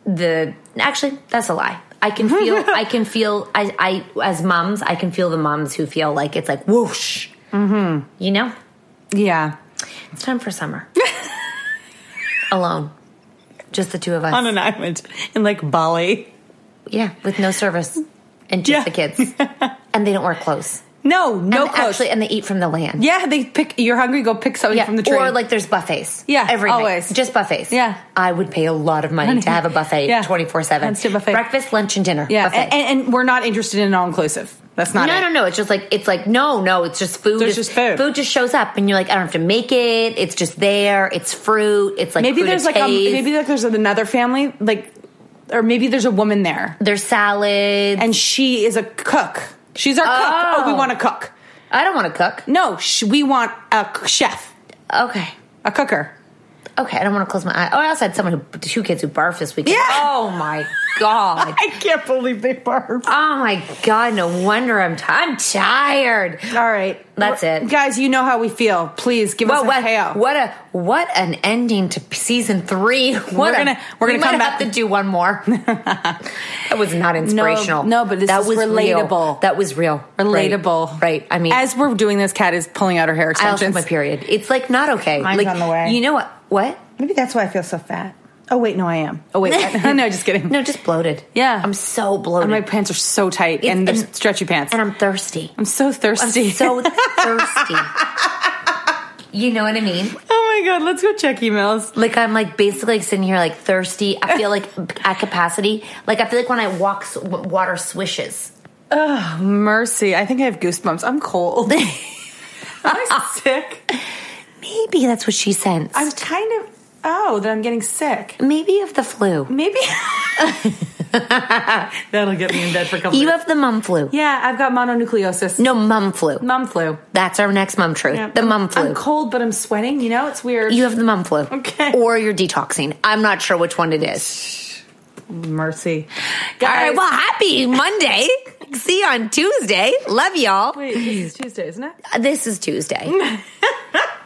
[SPEAKER 3] the actually that's a lie. I can feel I can feel I I as moms I can feel the moms who feel like it's like whoosh.
[SPEAKER 6] Mm-hmm.
[SPEAKER 3] You know.
[SPEAKER 6] Yeah.
[SPEAKER 3] It's time for summer. Alone. Just the two of us.
[SPEAKER 6] On an island in like Bali.
[SPEAKER 3] Yeah, with no service and just yeah. the kids, and they don't wear clothes.
[SPEAKER 6] No, no
[SPEAKER 3] and
[SPEAKER 6] clothes.
[SPEAKER 3] Actually, and they eat from the land.
[SPEAKER 6] Yeah, they pick. You're hungry, go pick something
[SPEAKER 3] yeah.
[SPEAKER 6] from the tree.
[SPEAKER 3] Or like there's buffets.
[SPEAKER 6] Yeah,
[SPEAKER 3] every
[SPEAKER 6] always
[SPEAKER 3] night. just buffets.
[SPEAKER 6] Yeah,
[SPEAKER 3] I would pay a lot of money to have a buffet twenty four seven.
[SPEAKER 6] Let's do buffet.
[SPEAKER 3] Breakfast, lunch, and dinner.
[SPEAKER 6] Yeah, and, and, and, we're not interested in all inclusive. That's not.
[SPEAKER 3] No,
[SPEAKER 6] it.
[SPEAKER 3] no, no. It's just like it's like no, no. It's just food.
[SPEAKER 6] There's just food.
[SPEAKER 3] Food just shows up, and you're like, I don't have to make it. It's just there. It's fruit. It's like
[SPEAKER 6] maybe there's like
[SPEAKER 3] a,
[SPEAKER 6] maybe like there's another family like or maybe there's a woman there.
[SPEAKER 3] There's salads.
[SPEAKER 6] And she is a cook. She's our oh. cook. Oh, we want a cook.
[SPEAKER 3] I don't want to cook.
[SPEAKER 6] No, sh- we want a chef.
[SPEAKER 3] Okay.
[SPEAKER 6] A cooker.
[SPEAKER 3] Okay, I don't want to close my eye. Oh, I also had someone who, two kids who barfed this weekend.
[SPEAKER 6] Yeah.
[SPEAKER 3] Oh my God.
[SPEAKER 6] I can't believe they barfed.
[SPEAKER 3] Oh my God, no wonder I'm, t- I'm tired.
[SPEAKER 6] All right.
[SPEAKER 3] That's
[SPEAKER 6] well,
[SPEAKER 3] it.
[SPEAKER 6] Guys, you know how we feel. Please give well, us
[SPEAKER 3] what,
[SPEAKER 6] a payout.
[SPEAKER 3] What a what an ending to season three. What
[SPEAKER 6] we're gonna a, we're gonna
[SPEAKER 3] we
[SPEAKER 6] come
[SPEAKER 3] might
[SPEAKER 6] back
[SPEAKER 3] have to do one more. that was not inspirational.
[SPEAKER 6] No, no but this
[SPEAKER 3] that
[SPEAKER 6] is
[SPEAKER 3] was
[SPEAKER 6] relatable.
[SPEAKER 3] Real. That was real.
[SPEAKER 6] Relatable.
[SPEAKER 3] Right. right. I mean,
[SPEAKER 6] as we're doing this, Kat is pulling out her hair extensions.
[SPEAKER 3] I also my period. It's like not okay.
[SPEAKER 6] Mine's
[SPEAKER 3] like,
[SPEAKER 6] on the way.
[SPEAKER 3] You know what? What?
[SPEAKER 6] Maybe that's why I feel so fat. Oh wait, no, I am. Oh wait, I, no, just kidding.
[SPEAKER 3] No, just bloated.
[SPEAKER 6] Yeah,
[SPEAKER 3] I'm so bloated.
[SPEAKER 6] And my pants are so tight, it's, and, and stretchy pants,
[SPEAKER 3] and I'm thirsty.
[SPEAKER 6] I'm so thirsty.
[SPEAKER 3] I'm so thirsty. You know what I mean?
[SPEAKER 6] Oh my god, let's go check emails.
[SPEAKER 3] Like I'm like basically sitting here like thirsty. I feel like at capacity. Like I feel like when I walk, water swishes.
[SPEAKER 6] Oh mercy! I think I have goosebumps. I'm cold. Am I sick?
[SPEAKER 3] Maybe that's what she sensed.
[SPEAKER 6] I'm kind of. Oh, that I'm getting sick.
[SPEAKER 3] Maybe of the flu.
[SPEAKER 6] Maybe. That'll get me in bed for a couple.
[SPEAKER 3] You
[SPEAKER 6] days.
[SPEAKER 3] have the mum flu.
[SPEAKER 6] Yeah, I've got mononucleosis.
[SPEAKER 3] No mum flu.
[SPEAKER 6] Mum flu.
[SPEAKER 3] That's our next mum truth. Yeah. The mum flu.
[SPEAKER 6] I'm cold, but I'm sweating. You know, it's weird.
[SPEAKER 3] You have the mum flu.
[SPEAKER 6] Okay.
[SPEAKER 3] Or you're detoxing. I'm not sure which one it is.
[SPEAKER 6] Mercy.
[SPEAKER 3] Guys. All right. Well, happy Monday. See you on Tuesday. Love y'all.
[SPEAKER 6] Wait, this is Tuesday, isn't it?
[SPEAKER 3] This is Tuesday.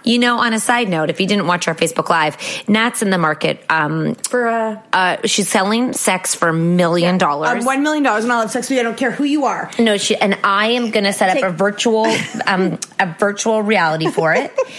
[SPEAKER 3] You know, on a side note, if you didn't watch our Facebook Live, Nat's in the market um,
[SPEAKER 6] for a.
[SPEAKER 3] Uh, she's selling sex for a million dollars.
[SPEAKER 6] One million dollars, and I love sex with you. I don't care who you are.
[SPEAKER 3] No, she and I am going to set Take- up a virtual, um, a virtual reality for it.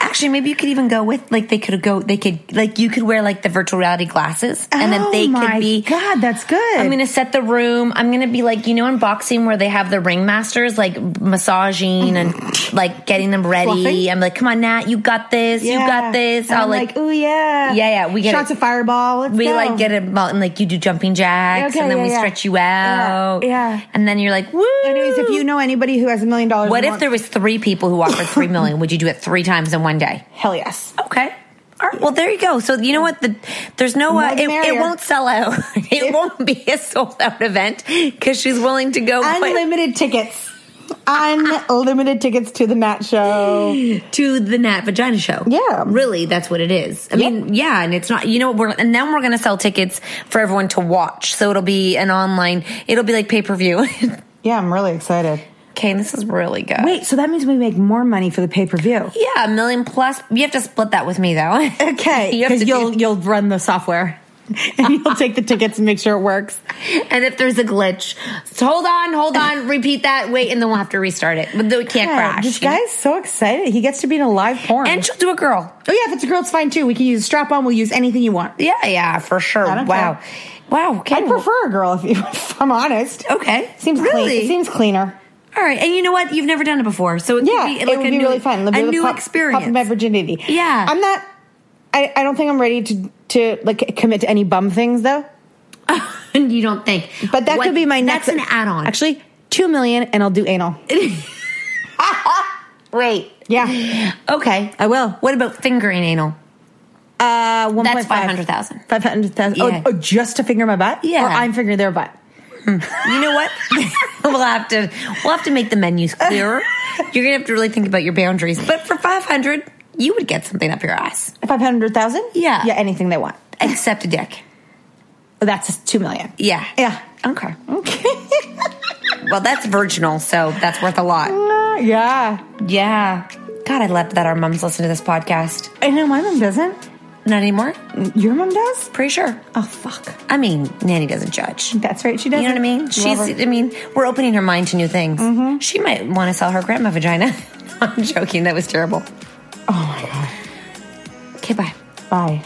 [SPEAKER 3] Actually, maybe you could even go with like they could go. They could like you could wear like the virtual reality glasses, and
[SPEAKER 6] oh
[SPEAKER 3] then they
[SPEAKER 6] my
[SPEAKER 3] could be.
[SPEAKER 6] God, that's good.
[SPEAKER 3] I'm going to set the room. I'm going to be like you know in boxing where they have the ring masters like massaging and like getting them ready.
[SPEAKER 6] Mm-hmm. Fluffing?
[SPEAKER 3] I'm like, come on, Nat, you got this.
[SPEAKER 6] Yeah.
[SPEAKER 3] You got this.
[SPEAKER 6] And
[SPEAKER 3] I'll
[SPEAKER 6] I'm
[SPEAKER 3] like,
[SPEAKER 6] like, ooh yeah,
[SPEAKER 3] yeah, yeah. We get
[SPEAKER 6] shots
[SPEAKER 3] it.
[SPEAKER 6] of fireball. Let's
[SPEAKER 3] we
[SPEAKER 6] go.
[SPEAKER 3] like get it and like you do jumping jacks
[SPEAKER 6] Okay,
[SPEAKER 3] and then
[SPEAKER 6] yeah,
[SPEAKER 3] we
[SPEAKER 6] yeah.
[SPEAKER 3] stretch you out
[SPEAKER 6] Yeah, yeah.
[SPEAKER 3] and then you're like woo
[SPEAKER 6] Anyways, if you know anybody who has a million dollars,
[SPEAKER 3] what
[SPEAKER 6] and
[SPEAKER 3] if there was three people who offered three million would you do it three times in one day
[SPEAKER 6] hell yes?
[SPEAKER 3] okay all right well there you go so you know what the, there's no uh,
[SPEAKER 6] More the
[SPEAKER 3] it, it
[SPEAKER 6] merrier.
[SPEAKER 3] won't sell out it won't be a sold out event because she's willing to go but-
[SPEAKER 6] Unlimited tickets.
[SPEAKER 2] Unlimited tickets to the Nat Show.
[SPEAKER 3] to the Nat Vagina Show. Yeah. Really, that's what it is. I mean, yeah, and it's not, you know, we're, and then we're going to sell tickets for everyone to watch. So it'll be an online, it'll be like pay per view.
[SPEAKER 2] yeah, I'm really excited.
[SPEAKER 3] Okay, this is really good.
[SPEAKER 2] Wait, so that means we make more money for the pay per view.
[SPEAKER 3] Yeah, a million plus. You have to split that with me though.
[SPEAKER 2] Okay,
[SPEAKER 3] You have
[SPEAKER 2] because
[SPEAKER 3] to
[SPEAKER 2] you'll you'll run the software and you'll take the tickets and make sure it works.
[SPEAKER 3] And if there's a glitch, so hold on, hold on, repeat that, wait, and then we'll have to restart it. But we can't
[SPEAKER 2] God,
[SPEAKER 3] crash.
[SPEAKER 2] This
[SPEAKER 3] you know?
[SPEAKER 2] guy's so excited. He gets to be in a live porn. And
[SPEAKER 3] she'll do a girl.
[SPEAKER 2] Oh yeah, if it's a girl, it's fine too. We can use strap on. We'll use anything you want.
[SPEAKER 3] Yeah, yeah, for sure. Wow. Wow. Okay.
[SPEAKER 2] I'd prefer a girl if, you, if I'm honest.
[SPEAKER 3] Okay.
[SPEAKER 2] Seems
[SPEAKER 3] Really?
[SPEAKER 2] clean. It seems cleaner.
[SPEAKER 3] All right, and you know what? You've never done it before, so it
[SPEAKER 2] yeah,
[SPEAKER 3] could be
[SPEAKER 2] it
[SPEAKER 3] like
[SPEAKER 2] would
[SPEAKER 3] a
[SPEAKER 2] be
[SPEAKER 3] new,
[SPEAKER 2] really fun. It'll be
[SPEAKER 3] a
[SPEAKER 2] able to
[SPEAKER 3] new
[SPEAKER 2] pop-
[SPEAKER 3] experience.
[SPEAKER 2] Pop my virginity.
[SPEAKER 3] Yeah.
[SPEAKER 2] I'm not. I, I don't think I'm ready to to like commit to any bum things though.
[SPEAKER 3] you don't think,
[SPEAKER 2] but that
[SPEAKER 3] What-
[SPEAKER 2] could be my next.
[SPEAKER 3] that's an add-on.
[SPEAKER 2] Actually, two million, and I'll do anal.
[SPEAKER 3] Wait.
[SPEAKER 2] Yeah.
[SPEAKER 3] Okay.
[SPEAKER 2] I will.
[SPEAKER 3] What about fingering anal?
[SPEAKER 2] Uh, one
[SPEAKER 3] That's 500,000.
[SPEAKER 2] Oh, Five hundred thousand.
[SPEAKER 3] Yeah.
[SPEAKER 2] Oh, oh, just to finger my butt.
[SPEAKER 3] Yeah.
[SPEAKER 2] Or I'm fingering their butt.
[SPEAKER 3] You know what? we'll have to we'll have to make the menus clearer. You're gonna have to really think about your boundaries. But for five hundred, you would get something up your ass,
[SPEAKER 2] Five hundred thousand.
[SPEAKER 3] Yeah.
[SPEAKER 2] Yeah. Anything they want.
[SPEAKER 3] except a dick.
[SPEAKER 2] Oh, That's two million.
[SPEAKER 3] Yeah.
[SPEAKER 2] Yeah.
[SPEAKER 3] Okay. Well, that's virginal, so that's worth a lot.
[SPEAKER 2] Mm, yeah.
[SPEAKER 3] Yeah. God, I love that our moms listen to this podcast.
[SPEAKER 2] I know my mom doesn't.
[SPEAKER 3] Not anymore.
[SPEAKER 2] Your mom does.
[SPEAKER 3] Pretty sure.
[SPEAKER 2] Oh fuck.
[SPEAKER 3] I mean, Nanny doesn't judge.
[SPEAKER 2] That's right. She doesn't.
[SPEAKER 3] You know what I mean? She's.
[SPEAKER 2] Love her. Mm-hmm.
[SPEAKER 3] I mean, we're opening her mind to new things. She might want to sell her grandma vagina. I'm joking. That was terrible.
[SPEAKER 2] Oh my god.
[SPEAKER 3] Okay, bye.
[SPEAKER 2] Bye.